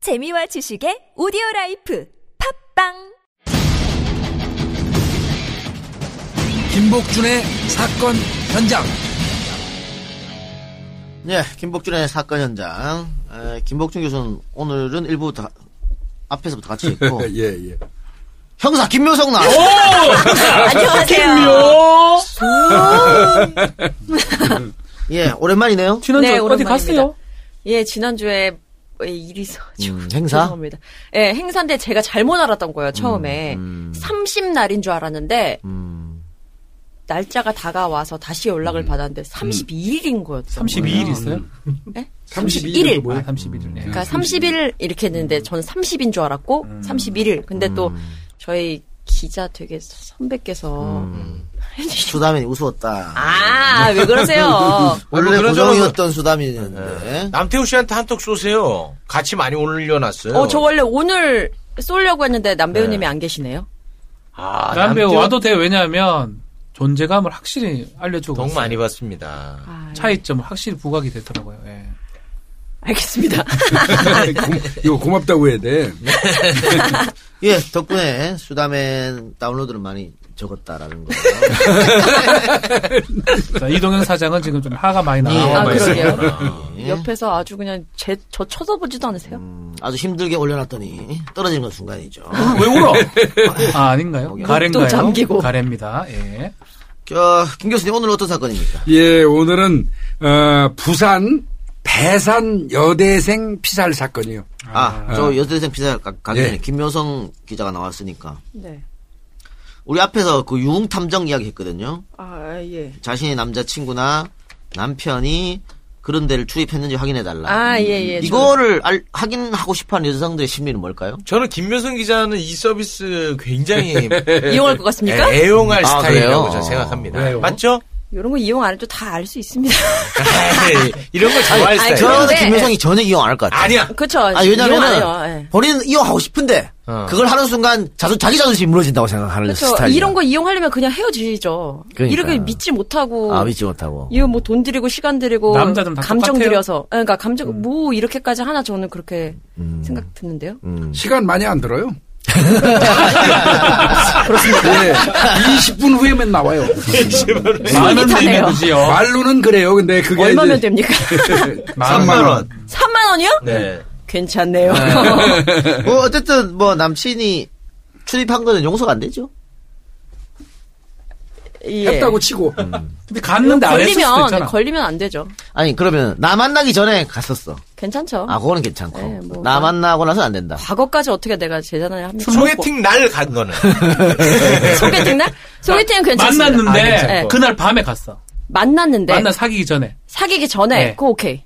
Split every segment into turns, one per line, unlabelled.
재미와 지식의 오디오 라이프 팝빵
김복준의 사건 현장.
네, 김복준의 사건 현장. 에, 김복준 교수는 오늘은 일부 다, 앞에서부터 같이 있고
예, 예.
형사 김묘성 나.
안녕하세요.
예, 오랜만이네요.
지난주
네,
어디
오랜만입니다.
갔어요?
예, 지난주에 뭐 일이 있어가지고.
음, 행사?
죄송합니다. 예, 행사인데 제가 잘못 알았던 거예요, 처음에. 음. 30날인 줄 알았는데,
음,
날짜가 다가와서 다시 연락을 받았는데, 32일인 거였어요.
32일 있어요?
음.
예?
31일.
31일.
뭐예요? 31일. 예.
그러니까 30일 이렇게 했는데, 저는 30인 줄 알았고,
음.
31일. 근데 또, 저희 기자 되게 선배께서.
수담이 웃었다.
아, 왜 그러세요?
원래
그런
고정이었던 수담이었는데.
남태우 씨한테 한턱 쏘세요. 같이 많이 올려놨어요.
어, 저 원래 오늘 쏠려고 했는데, 남배우님이 안 계시네요?
아,
남배우
남태우
와도 돼요. 왜냐하면 존재감을 확실히 알려주고
덕
있어요.
많이 봤습니다.
아,
차이점을 확실히 부각이 되더라고요. 예.
알겠습니다.
이거 고맙다고 해야 돼.
예, 덕분에 수담의 다운로드는 많이 적었다라는 거.
자, 이동현 사장은 지금 좀 하가 많이
아,
나와.
그래요? 그러게요.
아,
예.
옆에서 아주 그냥 제, 저 쳐다보지도 않으세요?
음, 아주 힘들게 올려놨더니 떨어지는 건 순간이죠.
왜 울어? 아, 아닌가요?
목도
가래인가요?
잠기고.
가래입니다. 예.
저, 김 교수님 오늘 어떤 사건입니까?
예, 오늘은 어, 부산 대산 여대생 피살 사건이요.
아, 저 여대생 피자 가- 가기
예.
전에 김묘성 기자가 나왔으니까
네.
우리 앞에서 그 유흥 탐정 이야기 했거든요.
아, 예.
자신의 남자친구나 남편이 그런 데를 출입했는지 확인해달라.
아, 예, 예.
이거를 알- 확인하고 싶어하는 여성들의 심리는 뭘까요?
저는 김묘성 기자는 이 서비스 굉장히
그러니까?
네,
저
예,
이용할 것 같습니까?
애용할
아,
스타일이라고
그래요?
저는 생각합니다.
왜요?
맞죠?
이런 거 이용 안 해도 다 알 수 있습니다.
에이, 이런 걸 좋아할
아니,
스타일.
저는
그런데-
김효성이 전혀 이용 안 할 것 같아요.
네, 아니야.
그쵸. 예.
아,
네. 이용 안
왜냐면은
해요.
본인은 이용하고 싶은데
어.
그걸 하는 순간 자주, 자기 자존심이 무너진다고 생각하는
그렇죠.
스타일이야.
이런 거 이용하려면 그냥 헤어지죠.
그러니까요.
이렇게 믿지 못하고.
아, 믿지 못하고.
이거 뭐 돈 들이고 시간 들이고
남자들은 다
감정
똑같아요.
들여서 아, 그러니까 감정
음.
뭐 이렇게까지 하나 저는 그렇게 생각 드는데요.
음.
시간 많이 안 들어요. 그렇습니다. 예, 20분 후에만 나와요.
많은
솔깃하네요.
의미도지요.
말로는 그래요. 근데 그게
예,
얼마면
이제
됩니까?
3만 원.
3만 원이요?
네.
괜찮네요.
뭐 어쨌든 뭐 남친이 출입한 거는 용서가 안 되죠.
예.
했다고 치고
근데 갔는데 안 했을 수도
걸리면
있잖아.
걸리면 안 되죠.
아니 그러면 나 만나기 전에 갔었어.
괜찮죠.
아 그거는 괜찮고
네, 뭐.
나 만나고 나서 안 된다.
과거까지 어떻게 내가 재산을 합니까?
소개팅 날 간 거는.
소개팅 날? 소개팅은 괜찮습니다.
만났는데
아,
네.
괜찮고.
그날 밤에 갔어.
만났는데
만나 사귀기 전에
사귀기 전에
네.
그거 오케이.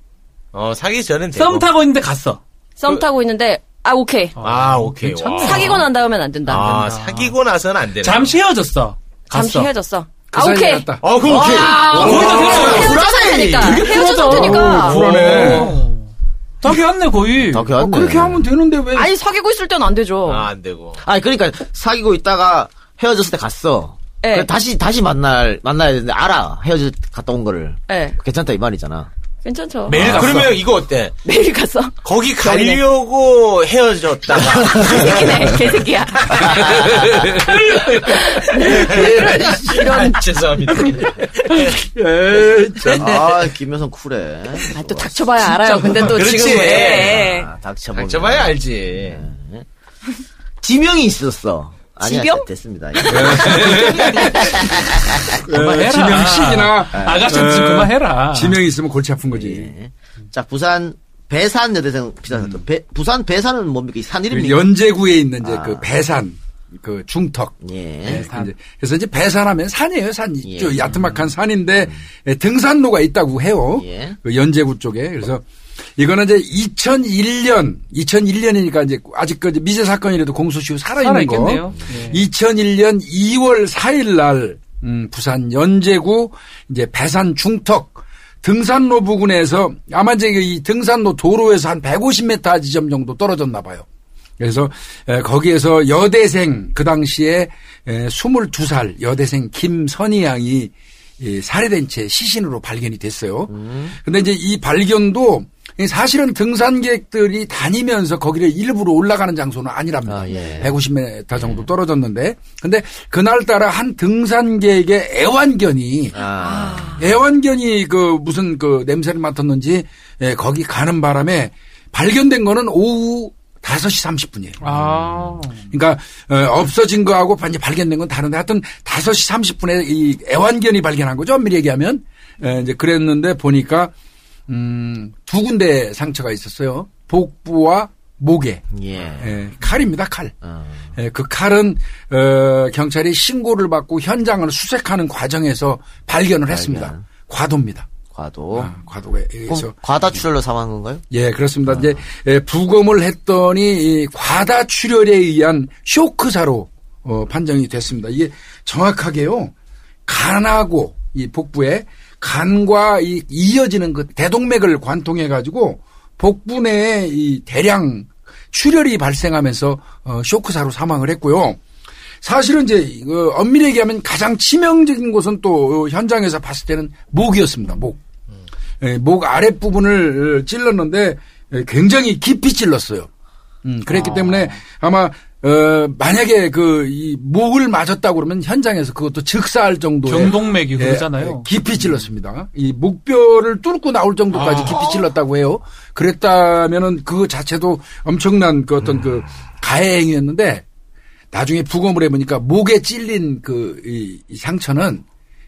어, 사기 전엔 되고.
썸 타고 있는데 갔어.
썸 타고 있는데 아 오케이.
아, 오케이. 와.
사귀고 난 다음엔 안 된다.
아, 사귀고 나서는 안 되네.
잠시 헤어졌어.
잠시
갔어.
헤어졌어.
그
아
사이에
오케이. 아,
갔다.
어, 그럼 오케이.
거기다 헤어졌어.
헤어졌으니까.
오,
헤어졌으니까.
불안해.
다 걔한네 거의.
더
어,
괴롭네.
그렇게 하면 되는데 왜?
아니 사귀고 있을 땐 안 되죠.
아, 안 되고.
아니 그러니까 사귀고 있다가 헤어졌을 때 갔어.
예.
그래, 다시 다시 만날 만나야 되는데 알아 헤어질 갔다 온 거를
예.
괜찮다 이 말이잖아.
괜찮죠.
매일
아.
그러면 이거 어때?
매일 갔어.
거기 가려고 헤어졌다가.
개새끼네. 개새끼야.
이런 죄송합니다.
아 김여성 쿨해.
아, 또 닥쳐봐야 네. 알아요. 근데 또
그렇지.
지금 왜?
아, 닥쳐보면.
닥쳐봐야 알지.
지명이 있었어. 아니야,
지명?
됐습니다.
아,
그만해라.
예, 지명식이나
아가씨 지금 그만해라.
지명이 있으면 골치 아픈 거지.
예. 자 부산 배산 여대생 비싼 사건. 배- 부산 배산은 뭡니까? 이산
그
이름이.
연제구에 있는 이제
아.
그 배산 그 중턱
예.
배산. 이제 그래서 이제 배산하면 산이에요 산 있죠
예.
야트막한 산인데 예, 등산로가 있다고 해요
예.
그 연제구 쪽에 그래서 이거는 이제 2001년 2001년이니까 이제 아직까지 미제 사건이라도 공소시효 살아있는
살아있겠네요. 예.
거 2001년 2월 4일 날 음, 부산 연제구 이제 배산 중턱 등산로 부근에서 아마 이제 이 등산로 도로에서 한 150m 지점 정도 떨어졌나 봐요. 그래서 에, 거기에서 여대생 그 당시에 에, 22살 여대생 김선희 양이 이 살해된 채 시신으로 발견이 됐어요. 근데 이제 이 발견도 이 사실은 등산객들이 다니면서 거기를 일부러 올라가는 장소는 아니랍니다.
아, 예.
150m 정도 떨어졌는데. 근데 그날따라 한 등산객의 애완견이
아.
애완견이 그 무슨 그 냄새를 맡았는지 예, 거기 가는 바람에 발견된 거는 오후 5시 30분이에요.
아.
그러니까 어, 없어진 거하고 이제 발견된 건 다른데 하여튼 5시 30분에 이 애완견이 발견한 거죠. 엄밀히 얘기하면. 예, 이제 그랬는데 보니까 음, 두 군데 상처가 있었어요. 복부와 목에.
예.
예, 칼입니다, 칼.
어.
예, 그 칼은 어, 경찰이 신고를 받고 현장을 수색하는 과정에서 발견을 했습니다.
발견.
과도입니다.
과도.
아, 과도에 의해서
그럼 과다 출혈로 사망한 건가요?
예, 그렇습니다. 이제 예, 부검을 했더니 이 과다 출혈에 의한 쇼크사로 어, 판정이 됐습니다. 이게 정확하게요. 간하고 이 복부에 간과 이 이어지는 그 대동맥을 관통해 가지고 복부 내에 이 대량 출혈이 발생하면서 어, 쇼크사로 사망을 했고요. 사실은 이제 이거 엄밀히 얘기하면 가장 치명적인 곳은 또 어, 현장에서 봤을 때는 목이었습니다. 목. 예, 목 아랫부분을 찔렀는데 예, 굉장히 깊이 찔렀어요. 음, 그랬기 때문에 아마 어, 만약에 그 이 목을 맞았다고 그러면 현장에서 그것도 즉사할 정도의
경동맥이 그러잖아요.
예, 깊이 찔렀습니다. 이 목뼈를 뚫고 나올
아.
정도까지 깊이 찔렀다고 해요. 그랬다면은 그 자체도 엄청난 그 어떤 그 가해 행위였는데 나중에 부검을 해보니까 목에 찔린 그 이, 이 상처는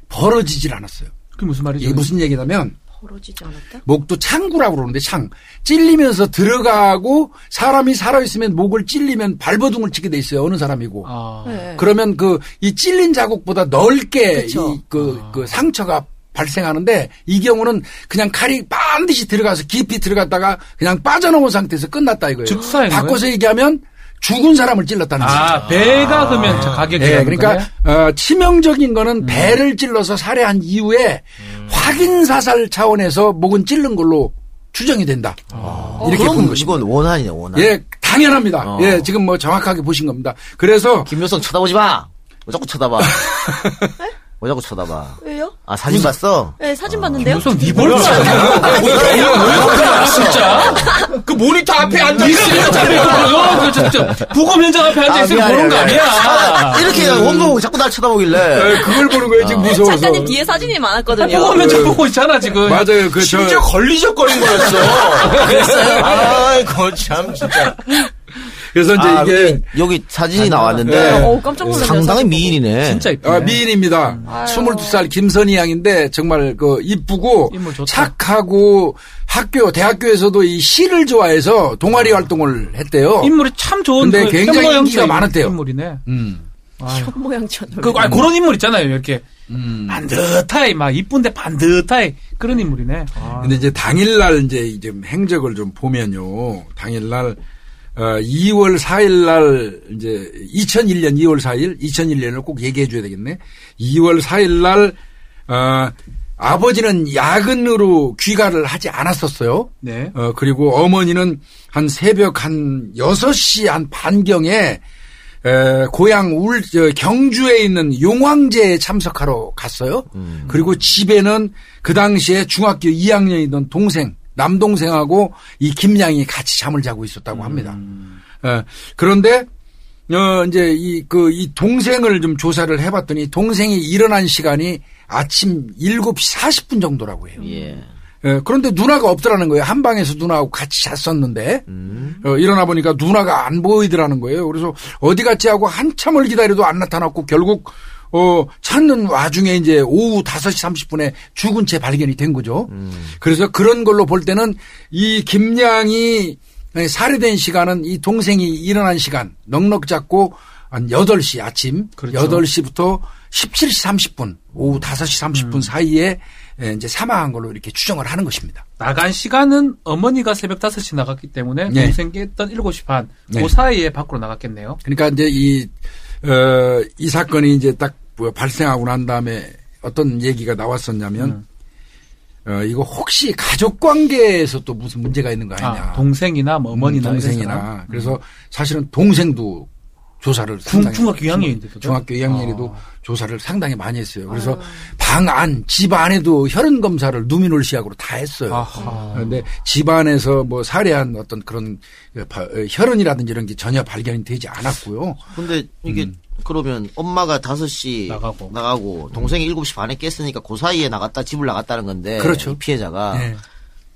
벌어지질 않았어요.
그게 무슨 말이죠?
이게 무슨 얘기냐면
벌어지지 않았다?
목도 창구라고 그러는데 창 찔리면서 들어가고 사람이 살아있으면 목을 찔리면 발버둥을 치게 돼 있어요 어느 사람이고
아.
네.
그러면 그 이 찔린 자국보다 넓게
그쵸.
이 그
아.
그 상처가 발생하는데 이 경우는 그냥 칼이 반드시 들어가서 깊이 들어갔다가 그냥 빠져나온 상태에서 끝났다 이거예요.
즉사인 거예요?
바꿔서 얘기하면 죽은 사람을 찔렀다는 거죠.
아, 배가 그러면 자, 가격이
예, 그러니까 어, 치명적인 거는 배를 찔러서 살해한 이후에 확인 사살 차원에서 목은 찔른 걸로 추정이 된다. 아, 이렇게
어, 그럼
본 것이고.
이건 아, 원한이네, 원한.
예, 당연합니다.
어.
예, 지금 뭐 정확하게 보신 겁니다. 그래서
김효성 쳐다보지 마! 왜 자꾸 쳐다봐? 왜 자꾸 쳐다봐?
왜요?
아, 사진 봤어?
네, 사진 봤는데요.
무슨 니 벌써
어,
진짜?
그 모니터 앞에 앉아
니가 그랬잖아요. 그 진짜 보검 현장 앞에 앉아 있으면
미안해,
그런 거
미안해.
아니야.
아, 이렇게
음.
원고 보고 자꾸 날 쳐다보길래.
예, 그걸 보는 거예요. 지금 무서워서.
작가님 뒤에 사진이 많았거든요.
아, 보검 현장 보고 있잖아 지금.
맞아요. 그 저
심지어 걸리적거린 거였어. 그랬어요? 아이고, 참, 진짜.
그래서 이제
아,
이게
여기, 여기 사진이 나왔는데.
네. 어, 깜짝 놀랐네요.
상당히
사진 보고.
미인이네.
진짜 그 이쁘네.
아, 미인입니다. 22살 김선희 양인데 정말 그 이쁘고
인물 좋다.
착하고 학교 대학교에서도 이 시를 좋아해서 동아리 활동을 했대요.
인물이 참 좋은
근데
그
굉장히
현모양처
인기가 많았대요.
인물이네.
음.
현모양처럼.
그, 아, 그런 인물 있잖아요. 이렇게
음.
반듯하이 막 이쁜데 반듯하이 그런 인물이네. 아.
근데 이제 당일날 이제 이 지금 행적을 좀 보면요. 당일날 어, 2월 4일날 이제 2001년 2월 4일 2001년을 꼭 얘기해 줘야 되겠네. 2월 4일날 어, 아버지는 야근으로 귀가를 하지 않았었어요.
네.
어, 그리고 어머니는 한 새벽 한 6시 한 반경에 에, 고향 울, 저, 경주에 있는 용왕제에 참석하러 갔어요. 그리고 집에는 그 당시에 중학교 2학년이던 동생, 남동생하고 이 김양이 같이 잠을 자고 있었다고 합니다. 어, 그런데 어, 이제 이, 그, 이 동생을 좀 조사를 해봤더니 동생이 일어난 시간이 아침 7시 40분 정도라고 해요.
예.
예, 그런데 누나가 없더라는 거예요. 한 방에서 누나하고 같이 잤었는데
음.
어, 일어나 보니까 누나가 안 보이더라는 거예요. 그래서 어디 갔지 하고 한참을 기다려도 안 나타났고 결국 어, 찾는 와중에 이제 오후 5시 30분에 죽은 채 발견이 된 거죠.
음.
그래서 그런 걸로 볼 때는 이 김양이 살해된 시간은 이 동생이 일어난 시간 넉넉 잡고 한 8시 아침
그렇죠.
8시부터 17시 30분 오후 5시 30분
음.
사이에 예, 이제 사망한 걸로 이렇게 추정을 하는 것입니다.
나간 시간은 어머니가 새벽 5시 나갔기 때문에
네.
동생 깼던 7시 반.
네.
그 사이에 밖으로 나갔겠네요.
그러니까 이제 이, 어, 이 사건이 이제 딱뭐 발생하고 난 다음에 어떤 얘기가 나왔었냐면 어, 이거 혹시 가족 관계에서 또 무슨 문제가 있는 거 아니냐.
아, 동생이나 뭐 어머니나
음,
이런
동생이나
사람.
그래서 사실은 동생도 조사를
중-
상당히
중학교 아. 2학년인데 그죠?
중학교 2학년에도 조사를 상당히 많이
아.
했어요. 그래서 방 안, 집 안에도 혈흔 검사를 누미놀시약으로 다 했어요.
아하.
그런데 집안에서 뭐 살해한 어떤 그런 바- 혈흔이라든지 이런 게 전혀 발견이 되지 않았고요.
근데 이게
음.
그러면 엄마가 5시
나가고.
동생이 7시 반에 깼으니까 그 사이에 나갔다 집을 나갔다는 건데
그렇죠.
이 피해자가
네.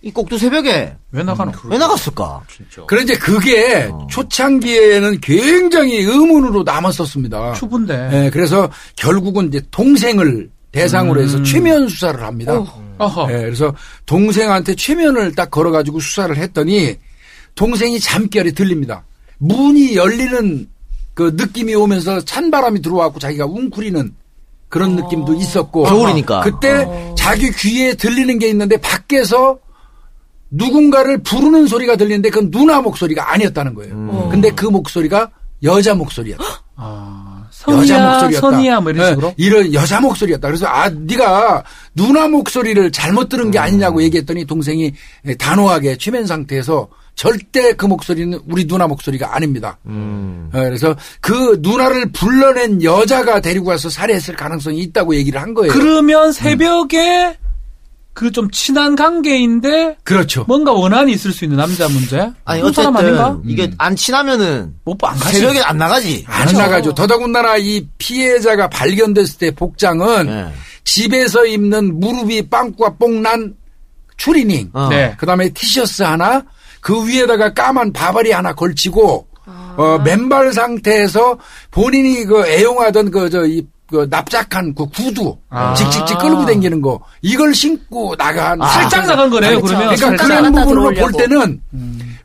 이 꼭두 새벽에
왜
음,
나가노?
왜 나갔을까?
그렇죠.
그런데 이제 그게
어.
초창기에는 굉장히 의문으로 남았었습니다.
추분데.
예, 그래서 결국은 이제 동생을 대상으로 해서 최면 수사를 합니다.
아하.
예, 그래서 동생한테 최면을 딱 걸어가지고 수사를 했더니 동생이 잠결에 들립니다. 문이 열리는 그 느낌이 오면서 찬 바람이 들어와갖고 자기가 웅크리는 그런 느낌도 있었고
겨울이니까.
그때 자기 귀에 들리는 게 있는데 밖에서 누군가를 부르는 소리가 들리는데 그건 누나 목소리가 아니었다는 거예요. 근데 그 목소리가 여자 목소리였다.
아,
여자
선이야,
목소리였다.
선이야, 뭐 이런
네,
식으로.
이런 여자 목소리였다. 그래서 아, 네가 누나 목소리를 잘못 들은 게 아니냐고
음.
얘기했더니 동생이 단호하게 최면 상태에서 절대 그 목소리는 우리 누나 목소리가 아닙니다.
음.
어, 그래서 그 누나를 불러낸 여자가 데리고 와서 살해했을 가능성이 있다고 얘기를 한 거예요.
그러면 새벽에 그 좀 친한 관계인데
그렇죠.
뭔가 원한이 있을 수 있는 남자 문제?
아니
그런 사람 아닌가?
어쨌든 이게 안 친하면은
못안 가지.
새벽에 안 나가지.
음. 안
그렇죠.
나가죠. 더더군다나 이 피해자가 발견됐을 때 복장은
네.
집에서 입는 무릎이 빵꾸가 뽕난 추리닝.
어.
네.
그 다음에 티셔츠 하나, 그 위에다가 까만 바바리 하나 걸치고,
아.
어, 맨발 상태에서 본인이 그 애용하던 그, 저, 이, 그 납작한 그 구두,
아.
직직직 끌고 다니는 거, 이걸 신고 나간.
살짝 아, 나간 거네요, 그러면. 그렇죠. 음.
그러니까
살짝.
그런
나갔다
부분으로 볼
들어오려고.
때는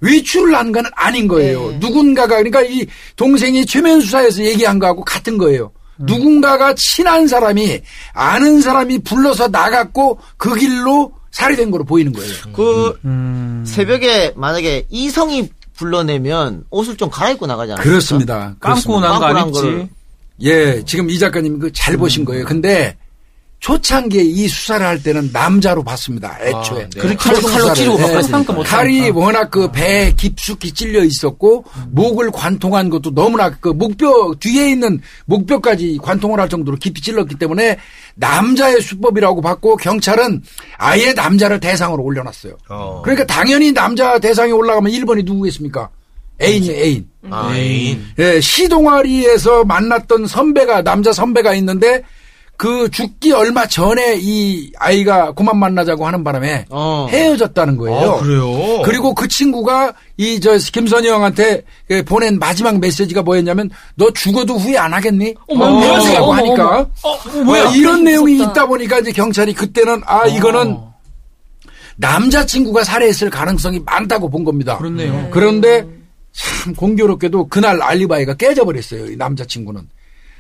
외출을 한 건 아닌 거예요. 누군가가, 그러니까 이 동생이 최면수사에서 얘기한 거하고 같은 거예요.
음.
누군가가 친한 사람이, 아는 사람이 불러서 나갔고 그 길로 살해된 거로 보이는 거예요.
그
음.
새벽에 만약에 이성이 불러내면 옷을 좀 갈아입고 나가지 않아요?
그렇습니다.
깜고 난 거
깜고 난
아니지.
거를.
예, 지금 이 작가님 그 잘 보신 거예요. 근데 초창기에 이 수사를 할 때는 남자로 봤습니다. 애초에.
네.
칼로-
칼로
수사를.
찌르고
예.
바꿨으니까.
상도 못
칼이
하니까.
워낙 그 배에 깊숙이 찔려 있었고 목을 관통한 것도 너무나 그 목뼈 뒤에 있는 목뼈까지 관통을 할 정도로 깊이 찔렀기 때문에 남자의 수법이라고 봤고 경찰은 아예 남자를 대상으로 올려놨어요.
어.
그러니까 당연히 남자 대상에 올라가면 1번이 누구겠습니까? 애인이 애인.
아, 애인.
예, 시동아리에서 만났던 선배가 남자 선배가 있는데 그 죽기 얼마 전에 이 아이가 그만 만나자고 하는 바람에
어.
헤어졌다는 거예요.
아, 그래요?
리고그 친구가 이 저 김선희 형한테 예, 보낸 마지막 메시지가 뭐였냐면 너 죽어도 후회 안 하겠니?
어머,
헤어지라고
어머,
하니까
어머. 어, 뭐야?
어, 이런 내용이
무섭다.
있다 보니까 이제 경찰이 그때는 아 이거는 남자친구가 살해했을 가능성이 많다고 본 겁니다. 음.
그렇네요. 네.
그런데 참 공교롭게도 그날 알리바이가 깨져버렸어요. 이 남자친구는.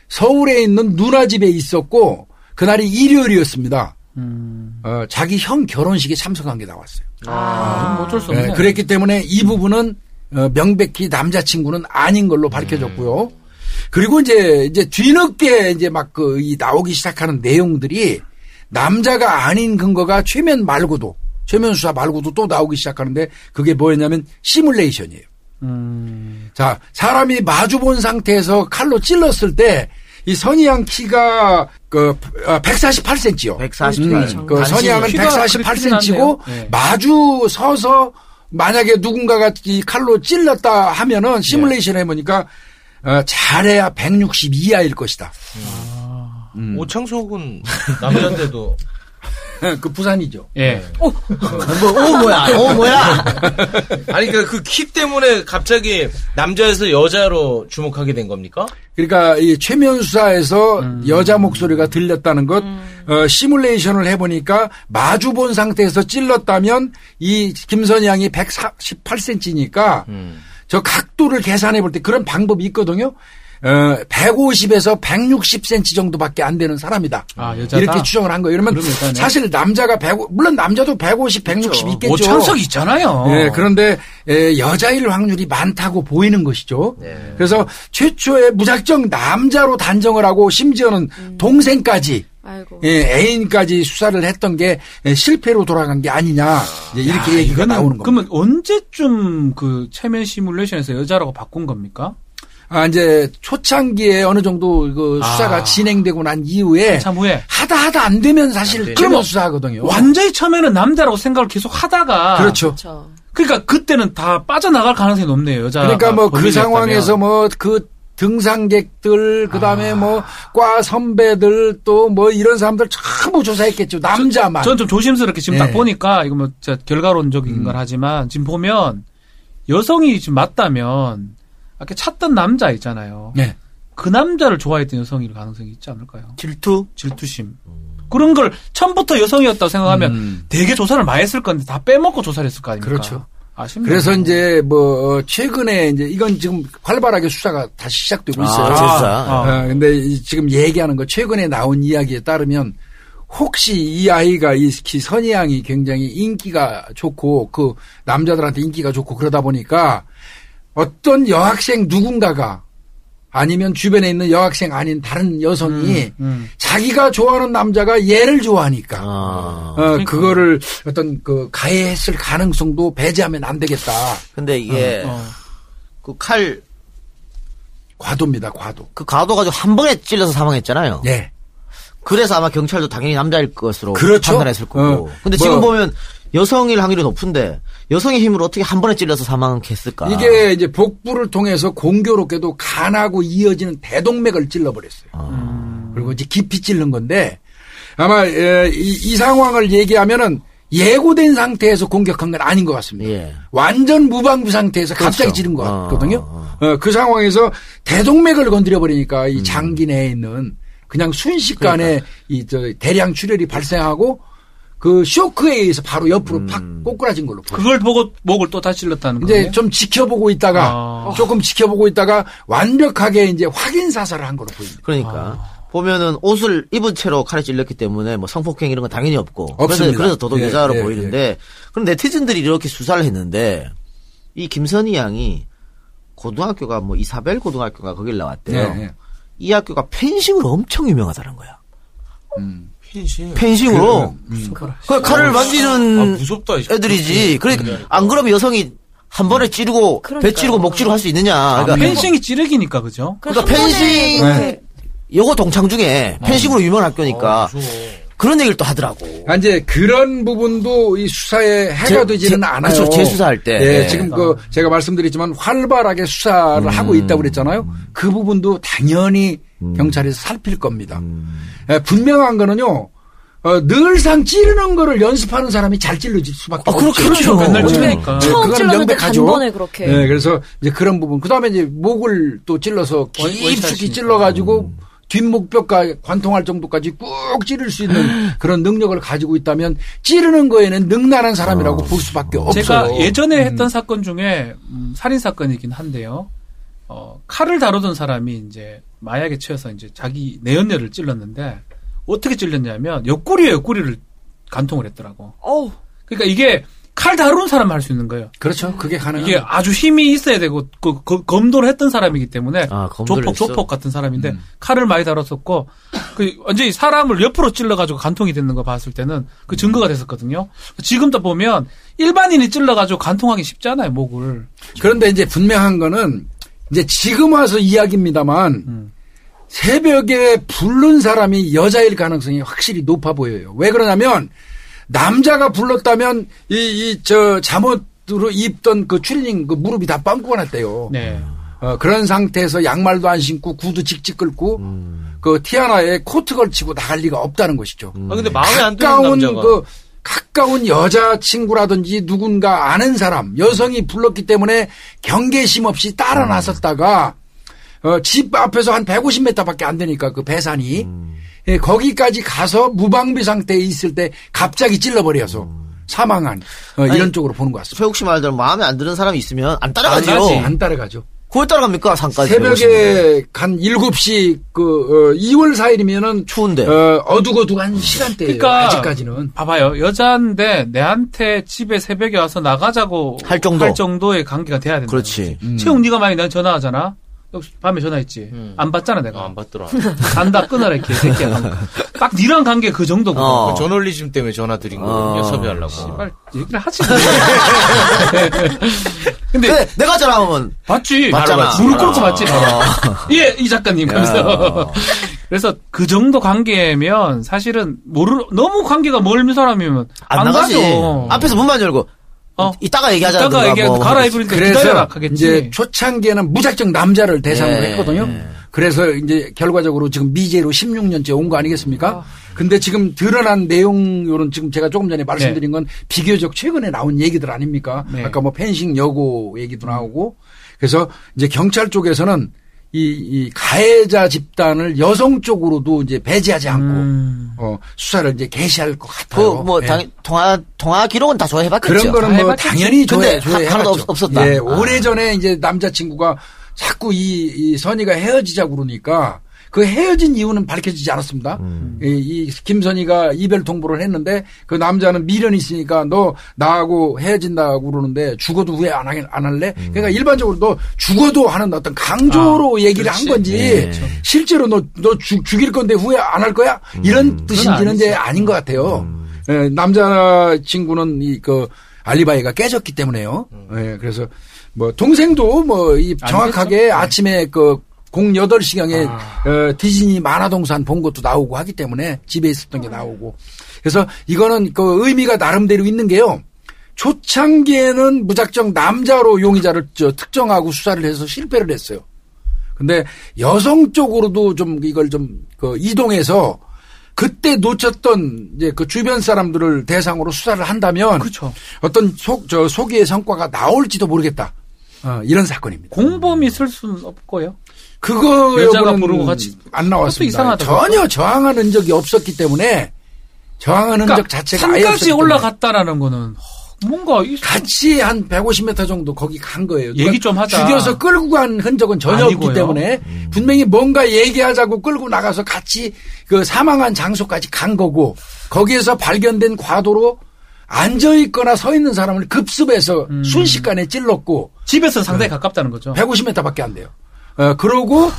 서울에 있는 누나 집에 있었고 그날이 일요일이었습니다.
음.
어, 자기 형 결혼식에 참석한 게 나왔어요.
아, 뭐 어쩔 수 없네.
예, 그랬기 때문에 이 부분은 어, 명백히 남자친구는 아닌 걸로 밝혀졌고요. 그리고 이제 이제 뒤늦게 이제 막 그 나오기 시작하는 내용들이 남자가 아닌 근거가 최면 말고도 최면 수사 말고도 또 나오기 시작하는데 그게 뭐였냐면 시뮬레이션이에요.
음.
자, 사람이 마주 본 상태에서 칼로 찔렀을 때, 이 선희양 키가, 그, 148cm요.
148.
그 선희양은
키가 그렇긴
148cm고,
한데요. 네.
마주 서서, 만약에 누군가가 이 칼로 찔렀다 하면은, 시뮬레이션 해보니까, 어, 잘해야 160 이하일 것이다.
음. 오창석은 남자인데도
그 부산이죠.
예.
뭐, 오 뭐야? 오 뭐야?
아니 그러니까 그 키 때문에 갑자기 남자에서 여자로 주목하게 된 겁니까?
그러니까 이 최면 수사에서
음.
여자 목소리가 들렸다는 것, 어, 시뮬레이션을 해보니까 마주 본 상태에서 찔렀다면 이 김선희 양이 148cm니까
음.
저 각도를 계산해 볼 때 그런 방법이 있거든요. 어, 150에서 160cm 정도밖에 안 되는 사람이다.
아, 여자다?
이렇게 추정을 한 거예요. 그러면
그럼 여자네. 그렇죠.
사실 남자가 100, 물론 남자도 150, 160 있겠죠.
오창석 뭐 있잖아요.
예, 그런데 예, 여자일 확률이 많다고 보이는 것이죠. 그래서 최초에 무작정 남자로 단정을 하고 심지어는 동생까지
아이고.
예, 애인까지 수사를 했던 게 예, 실패로 돌아간 게 아니냐 이제 이렇게 얘기가
이거는 그
나오는 겁니다.
그러면 언제쯤 그 체면 시뮬레이션에서 여자라고 바꾼 겁니까?
아, 이제 초창기에 어느 정도 그 수사가
아.
진행되고 난 이후에
참 후에
하다 하다 안 되면
안
사실
되죠.
끊어 수사하거든요.
완전히 처음에는 남자라고 생각을 계속 하다가
네. 그렇죠.
그렇죠.
그러니까 그때는 다 빠져나갈 가능성이 높네요. 여자.
그러니까 뭐 그 상황에서 뭐 그 등산객들 그다음에 뭐 과 선배들 또 뭐 이런 사람들 전부 조사했겠죠 남자만
전 좀 조심스럽게 지금
네. 음.
딱 보니까 이거 뭐 진짜 결과론적인 건 하지만 지금 보면 여성이 지금 맞다면 아까 찾던 남자 있잖아요.
네.
그 남자를 좋아했던 여성일 가능성이 있지 않을까요?
질투?
질투심. 그런 걸 처음부터 여성이었다고 생각하면
음.
되게 조사를 많이 했을 건데 다 빼먹고 조사를 했을 거 아닙니까?
그렇죠.
아쉽네요.
그래서 이제 뭐 최근에 이제 이건 지금 활발하게 수사가 다시 시작되고 있어요.
아,
아.
제사.
어, 근데 이- 지금 얘기하는 거 최근에 나온 이야기에 따르면 혹시 이 아이가 이 기- 선이양이 굉장히 인기가 좋고 그 남자들한테 인기가 좋고 그러다 보니까 어떤 여학생 누군가가 아니면 주변에 있는 여학생 아닌 다른 여성이
음.
자기가 좋아하는 남자가 얘를 좋아하니까
아.
어, 그거를 어떤 그 가해했을 가능성도 배제하면 안 되겠다.
근데 이게
어.
그 칼,
과도입니다, 과도.
그 가도 가지고 한 번에 찔러서 사망했잖아요.
예.
그래서 아마 경찰도 당연히 남자일 것으로
그렇죠.
판단했을 거고.
어.
근데
뭐-
지금 보면 여성일 확률이 높은데 여성의 힘으로 어떻게 한 번에 찔러서 사망했을까?
이게 이제 복부를 통해서 공교롭게도 간하고 이어지는 대동맥을 찔러버렸어요.
아.
그리고 이제 깊이 찔른 건데 아마 에, 이, 이 상황을 얘기하면은 예고된 상태에서 공격한 건 아닌 것 같습니다.
예.
완전 무방비 상태에서 갑자기
그렇죠.
찌른 것
어,
같거든요.
어, 음.
어, 그 상황에서 대동맥을 건드려 버리니까 이 장기 내에 있는 그냥 순식간에
그러니까.
이 저 대량 출혈이 발생하고 그 쇼크에 의해서 바로
음.
옆으로 팍 꼬꾸라진 걸로 보여요.
그걸 보고 목을 또 다시 찔렀다는 거예요.
이제 좀 지켜보고 있다가
아.
조금 지켜보고 있다가 완벽하게 이제 확인 사살을 한 걸로 보입니다.
그러니까 보면은 옷을 입은 채로 칼에 찔렸기 때문에 뭐 성폭행 이런 건 당연히 없고 그래서,
없습니다.
그래서 더더욱
예,
여자로
예,
보이는데 그럼 네티즌들이 이렇게 수사를 했는데 이 김선희 양이 고등학교가 뭐 이사벨 고등학교가 거길 나왔대요.
예, 예.
이 학교가 펜싱으로 엄청 유명하다는 거야.
펜싱.
펜싱으로
음.
그 칼을 만지는
아, 무섭다. 이
음. 애들이지.
음.
그러니까 안 그러면 여성이 한 번에 찌르고 배
그러니까요.
찌르고 목 찌르고 할 수 있느냐.
아,
그러니까
그러니까
펜싱이 찌르기니까 그죠?
그래서
그러니까
한 번에
펜싱-
이렇게
여고 동창 중에
음.
펜싱으로 유명한
어,
학교니까
무서워.
그런 얘기를 또 하더라고.
아, 이제 그런 부분도 이 수사에 해가
제-
되지는
제-
않아요.
그렇죠. 재수사할 때.
예,
예.
지금 그 제가 말씀드렸지만 활발하게 수사를 하고 있다고 그랬잖아요. 그 부분도 당연히 경찰에서 살필 겁니다. 예, 분명한 거는요. 어, 늘상 찌르는 거를 연습하는 사람이 잘 찌르질 수밖에
아,
없죠.
그렇죠.
맨날
예,
찌르니까.
처음
그건
찔렀는데
명백하죠.
단번에 그렇게.
예, 그래서 이제 그런 부분. 그 다음에 이제 목을 또 찔러서
원-
깊숙이
원샷이니까. 음.
찔러가지고 뒷목뼈가 관통할 정도까지 꾹 찌를 수 있는 그런 능력을 가지고 있다면 찌르는 거에는 능란한 사람이라고 볼 수밖에 없어요.
아,
음.
제가 예전에 했던 사건 중에 음, 살인 사건이긴 한데요. 어, 칼을 다루던 사람이 이제 마약에 취해서 이제 자기 내연녀를 찔렀는데 어떻게 찔렀냐면 옆구리에 옆구리를 간통을 했더라고.
어우,
그러니까 이게 칼 다루는 사람 할 수 있는 거예요.
그렇죠. 그게 가능한
이게 아주 힘이 있어야 되고 그, 그 검도를 했던 사람이기 때문에
아, 검도를
조폭
했어?
조폭 같은 사람인데
음.
칼을 많이 다뤘었고 그 완전히 사람을 옆으로 찔러가지고 간통이 되는 거 봤을 때는 그 증거가
음.
됐었거든요. 지금도 보면 일반인이 찔러가지고 간통하기 쉽잖아요 목을.
그런데 이제 분명한 거는 이제 지금 와서 이야기입니다만
음.
새벽에 부른 사람이 여자일 가능성이 확실히 높아 보여요. 왜 그러냐면 남자가 불렀다면 이 이 저 잠옷으로 입던 그 추리닝 그 무릎이 다 빵꾸가 났대요.
네.
어, 그런 상태에서 양말도 안 신고 구두 직직 끌고 그 티아나에 코트 걸치고 나갈 리가 없다는 것이죠.
아, 근데 마음에 안 드는
가까운
남자가.
그 가까운 여자 친구라든지 누군가 아는 사람 여성이 불렀기 때문에 경계심 없이 따라 나섰다가 어, 집 앞에서 한 150m밖에 안 되니까 그 배산이 예, 거기까지 가서 무방비 상태에 있을 때 갑자기 찔러버려서 사망한 어, 이런
아니,
쪽으로 보는 것 같습니다.
최욱 씨 말대로 마음에 안 드는 사람이 있으면 안
안
따라가지요.
가지.
안 따라가죠.
그걸 따라갑니까 산까지?
새벽에 한 7시 그 어, 2월 4일이면은
추운데.
어, 어둑어둑한 시간대예요.
그러니까
아직까지는.
봐봐요 여자인데 내한테 집에 새벽에 와서 나가자고
할 정도.
의 관계가 돼야 된다.
그렇지.
음.
채용 네가 만약 나 전화하잖아. 역시 밤에 전화했지.
음.
안 받잖아 내가.
아,
어,
안 받더라.
간다 끊어라 이 개새끼야. 딱 니랑 관계 그 정도고.
어.
그 저널리즘 때문에 전화 드린 거거든요.
어.
섭외하려고.
씨발 얘기를 하지. 뭐.
네.
근데,
근데
내가 전화하면
봤지.
맞잖아.
무릎 꿇고 봤지.
네. 어.
예, 이 작가님. 그래서
야.
그래서 그 정도 관계면 사실은 모르 너무 관계가 멀은 사람이면
안, 나가지.
가죠.
앞에서 문만 열고
어.
이따가 얘기하자.
이따가
누가
얘기하면
뭐
가라 입으니까
그래서
기다려라 하겠지. 네.
이제 초창기에는 무작정 남자를 대상으로
예.
했거든요. 그래서 이제 결과적으로 지금 미제로 16년째 온 거 아니겠습니까? 근데 지금 드러난 내용 요런 지금 제가 조금 전에 말씀드린 건 비교적 최근에 나온 얘기들 아닙니까?
네.
아까 뭐 펜싱 여고 얘기도 나오고 그래서 이제 경찰 쪽에서는 이, 이 가해자 집단을 여성 쪽으로도 이제 배제하지 않고
음.
어, 수사를 이제 개시할 것
그,
같아요.
뭐,
예.
당, 통화, 통화 기록은 다
그런
조회해봤겠죠.
거는 뭐
해봤겠지.
당연히 조회,
근데
조회
하- 하나도 없- 없었다.
예,
아.
오래전에 이제 남자친구가 자꾸 이, 이 선이가 헤어지자고 그러니까 그 헤어진 이유는 밝혀지지 않았습니다. 이, 이 김선이가 이별 통보를 했는데 그 남자는 미련이 있으니까 너 나하고 헤어진다고 그러는데 죽어도 후회 안, 하긴, 안 할래? 그러니까 일반적으로 너 죽어도 하는 어떤 강조로
아,
얘기를 한 건지 실제로 너, 너 죽, 죽일 건데 후회 안 할 거야? 이런 뜻인지는 이제 아닌 것 같아요. 예, 남자 친구는 이 그 알리바이가 깨졌기 때문에요. 예, 그래서 뭐 동생도 뭐 이 정확하게 아침에 그공 8시경에 어, 디즈니 만화동산 본 것도 나오고 하기 때문에 집에 있었던 게 나오고. 그래서 이거는 그 의미가 나름대로 있는 게요. 초창기에는 무작정 남자로 용의자를 저 특정하고 수사를 해서 실패를 했어요. 근데 여성 쪽으로도 좀 이걸 좀 그 이동해서 그때 놓쳤던 이제 그 주변 사람들을 대상으로 수사를 한다면
그렇죠.
어떤 속 저 소기의 성과가 나올지도 모르겠다. 어, 이런 사건입니다.
공범이 있을 수는 없고요.
그거
여자가
여부는
부르고 같이
안 나왔습니다.
그것도 이상하다,
전혀 저항하는 적이 없었기 때문에 저항하는
그러니까
적 자체가 아예 없었기
산까지
때문에
올라갔다라는 거는 허, 뭔가 이-
같이 한 150m 정도 거기 간 거예요.
얘기 좀 하자.
죽여서 끌고 간 흔적은 전혀
아니고요. 음.
없기 때문에 분명히 뭔가 얘기하자고 끌고 나가서 같이 그 사망한 장소까지 간 거고 거기에서 발견된 과도로 앉아 있거나 서 있는 사람을 급습해서
음.
순식간에 찔렀고
집에서 상당히 가깝다는 거죠.
150m밖에 안 돼요. 어, 그러고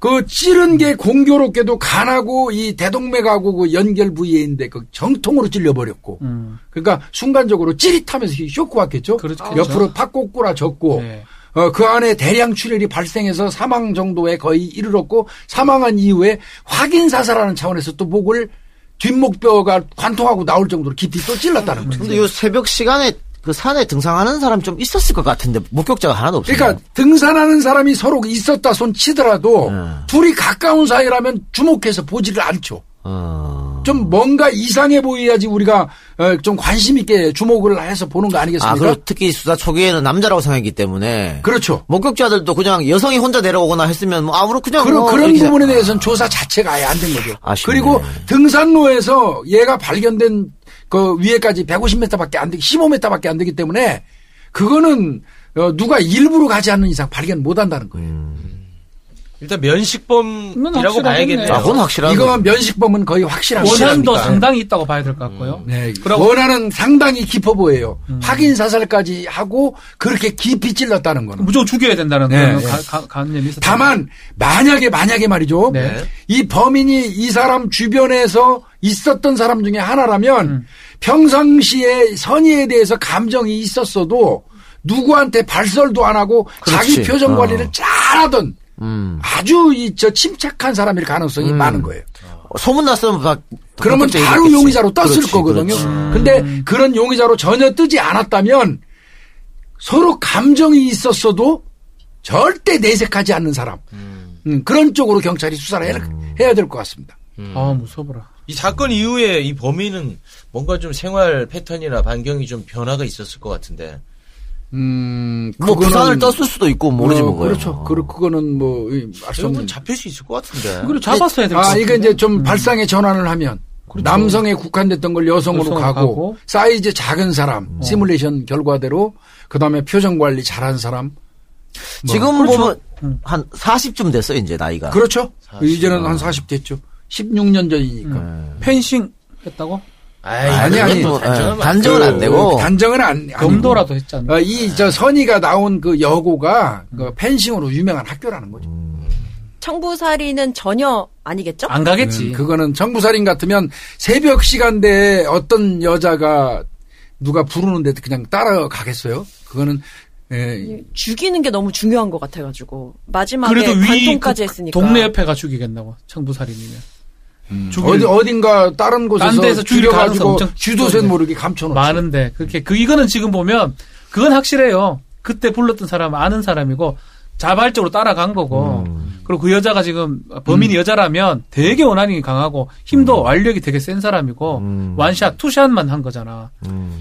그 찌른 게 공교롭게도 간하고 이 대동맥하고 그 연결 부위인데 그 정통으로 찔려버렸고
음.
그러니까 순간적으로 찌릿하면서 쇼크 왔겠죠.
그렇겠죠.
옆으로 팍 꼬꾸라졌고
네.
어, 그 안에 대량 출혈이 발생해서 사망 정도에 거의 이르렀고 사망한 이후에 확인 사살하는 차원에서 또 목을 뒷목뼈가 관통하고 나올 정도로 깊이 또 찔렀다는 거죠.
근데 요 새벽 시간에 그 산에 등산하는 사람 좀 있었을 것 같은데, 목격자가 하나도 없어요.
그러니까 등산하는 사람이 서로 있었다 손 치더라도
음.
둘이 가까운 사이라면 주목해서 보지를 않죠.
어.
좀 뭔가 이상해 보여야지 우리가 어, 좀 관심 있게 주목을 해서 보는 거
아,
아니겠습니까?
그리고 특히 수사 초기에는 남자라고 생각했기 때문에.
그렇죠.
목격자들도 그냥 여성이 혼자 내려오거나 했으면 뭐 아무렇 그냥
그런,
뭐
그런
이렇게
부분에 대해서는 조사 자체가 아예 안 된 거죠.
아쉽네.
그리고 등산로에서 얘가 발견된 그 위에까지 150m밖에 안 되기, 15m밖에 안 되기 때문에 그거는 어, 누가 일부러 가지 않는 이상 발견 못 한다는 거예요.
음.
일단
그건
면식범이라고
확실하겠네.
봐야겠네요.
아, 그건 확실한.
이거만 면식범은 거의 확실한
원한도
거니까.
상당히 있다고 봐야 될 것 같고요.
그 네,
그럼-
원한은 상당히 깊어 보여요.
음.
확인 사살까지 하고 그렇게 깊이 찔렀다는 거는.
무조건 죽여야 된다는
네,
그런
네.
가- 가- 관념이 있었다.
다만 만약에 만약에 말이죠.
네.
이 범인이 이 사람 주변에서 있었던 사람 중에 하나라면
음.
평상시에 선의에 대해서 감정이 있었어도 누구한테 발설도 안 하고
그렇지.
자기 표정
어.
관리를 잘하던
음.
아주 이 저 침착한 사람일 가능성이 많은 거예요.
어, 소문났으면 막.
그러면
목격자
바로
얘기했겠지.
용의자로 떴을
그렇지,
거거든요.
그렇지.
근데 그런 용의자로 전혀 뜨지 않았다면 서로 감정이 있었어도 절대 내색하지 않는 사람. 음, 그런 쪽으로 경찰이 수사를 해야,
음.
될 것 같습니다.
아 무서워라.
이 사건 이후에 이 범인은 뭔가 좀 생활 패턴이나 반경이 좀 변화가 있었을 것 같은데.
음,
뭐 부산을 떴을 수도 있고 모르지 뭐.
그렇죠. 그, 그거는 뭐, 알수 없는.
이건 잡힐 수 있을 것 같은데.
그리고 잡았어야 될것
아,
같아요.
이게 이제
음.
좀 발상의 전환을 하면
그렇죠.
남성에 국한됐던 걸 여성으로
여성으로
가고,
가고.
사이즈 작은 사람
어.
시뮬레이션 결과대로 그다음에 표정 관리 잘한 사람
지금 보면
음.
한 40쯤 됐어 이제 나이가.
그-
네.
그렇죠. 이제는 한 40 됐죠. 16년 전이니까.
펜싱 했다고?
아니, 아니.
뭐,
단정하면
예, 단정은 안 되고.
그 단정은 안
검도라도 했잖아.
어, 이 저 선이가 나온 그 여고가 그 펜싱으로 유명한 학교라는 거죠.
음.
청부살이는 전혀 아니겠죠?
안 가겠지.
음, 그거는 정부살인 같으면 새벽 시간대에 어떤 여자가 누가 부르는데 그냥 따라가겠어요? 그거는 예, 에,
죽이는 게 너무 중요한 것 같아가지고 마지막에
그래도 위
관통까지
그-
했으니까
동네 옆에가 죽이겠나고 청부살인이면.
음,
죽일-
어디 어딘가 다른
딴 데에서
곳에서
죽일 가능성
줄여가지고
엄청 네.
주도셋
크거든요.
모르게 감춰놓죠.
많은데 그렇게 그 이거는 지금 보면 그건 확실해요. 그때 불렀던 사람 아는 사람이고 자발적으로 따라간 거고 그리고 그 여자가 지금 범인이 여자라면 되게 원한이 강하고 힘도 완력이 되게 센 사람이고 완샷 투샷만 한 거잖아.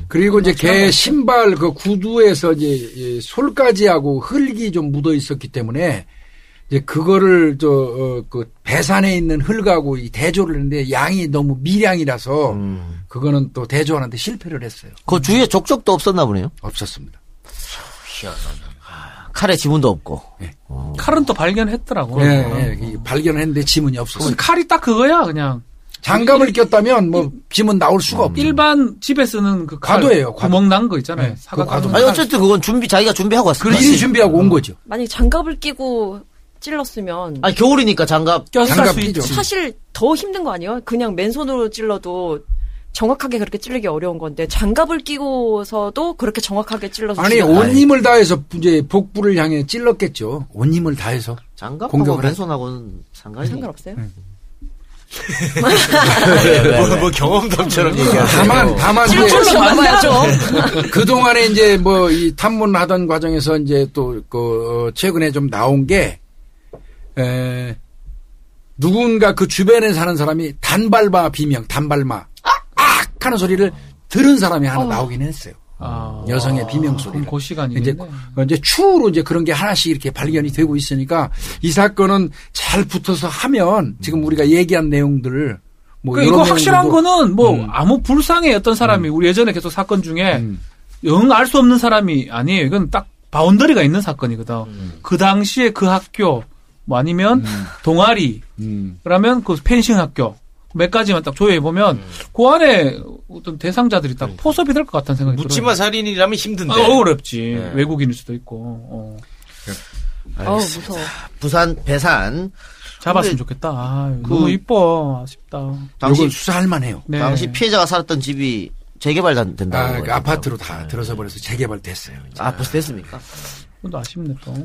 그리고 이제 걔 신발 그 구두에서 이제 이 솔까지 하고 흙이 좀 묻어 있었기 때문에 이제 그거를 저 그 배산에 있는 흙하고 이 대조를 했는데 양이 너무 미량이라서 그거는 또 대조하는데 실패를 했어요.
그 주위에 족적도 없었나 보네요.
없었습니다.
칼에 지문도 없고.
칼은 또 발견했더라고.
예, 예, 이 발견했는데 지문이
그건
없었어요.
칼이 딱 그거야 그냥
장갑을 꼈다면 뭐 지문 나올 수가 없죠.
일반 집에 쓰는 그 칼,
과도예요, 과도.
구멍 난 거 있잖아요.
네,
사각
그 과도.
구멍.
아니 어쨌든 그건 준비 자기가 준비하고 왔어.
그걸 미리 준비하고 온 거죠.
만약에 장갑을 끼고 찔렀으면
아니 겨울이니까 장갑.
껴서
장갑
수 있지.
끼죠.
사실 더 힘든 거 아니에요? 그냥 맨손으로 찔러도 정확하게 그렇게 찔르기 어려운 건데 장갑을 끼고서도 그렇게 정확하게 찔러서
음. 아니
죽였다.
온 힘을 다해서 이제 복부를 향해 찔렀겠죠. 온 힘을 다해서.
장갑하고
공격을 해.
맨손하고는 상관이.
상관없어요?
음.
뭐, 뭐 경험담처럼 얘기하세요.
다만 다만 이제
네.
찔러서 만나죠.
그 동안에 이제 뭐 이 탐문하던 과정에서 이제 또그 어, 최근에 좀 나온 게 에, 누군가 그 주변에 사는 사람이 단발마 비명, 단발마 악 하는 소리를 들은 사람이 하나 나오긴 했어요.
아,
여성의 비명
그럼
소리를.
그
이제
시간이겠네.
그 이제 추후로 이제 그런 게 하나씩 이렇게 발견이 되고 있으니까 이 사건은 잘 붙어서 하면 지금 우리가 얘기한 내용들을 뭐
그러니까
여러
이거 확실한
내용들도
거는 뭐
음.
아무 불상의 어떤 사람이 우리 예전에 계속 사건 중에
음.
영 알 수 없는 사람이 아니에요. 이건 딱 바운더리가 있는 사건이거든. 그 당시에 그 학교 뭐 아니면 동아리
음.
그러면 그 펜싱 학교 몇 가지만 딱 조회해 보면 그 안에 어떤 대상자들이 딱 포섭이 될 것 같다는 생각이
묻지마
들어요.
살인이라면 힘든데.
아, 어렵지
네.
외국인일 수도 있고 어.
어우 무서워.
부산 배산
잡았으면 좋겠다. 아,
그-
너무 이뻐 아쉽다.
당시
요건 수사할 만해요.
네.
당시 피해자가 살았던 집이 재개발 단- 된다고.
아, 그
그랬죠.
아파트로
예.
다 들어서 버려서 재개발됐어요.
아 벌써 됐습니까?
또 아쉽네 또.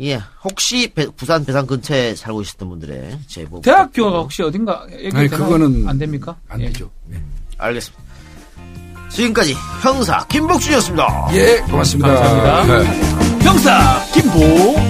예. 혹시 배- 부산 배산 근처에 살고 계셨던 분들의 제보.
대학교가 혹시 어딘가 얘기가
뭐 아니, 그거는
안 됩니까?
안
예.
되죠. 네.
알겠습니다. 지금까지 형사 김복준이었습니다. 네.
예, 고맙습니다.
감사합니다.
네.
형사 김보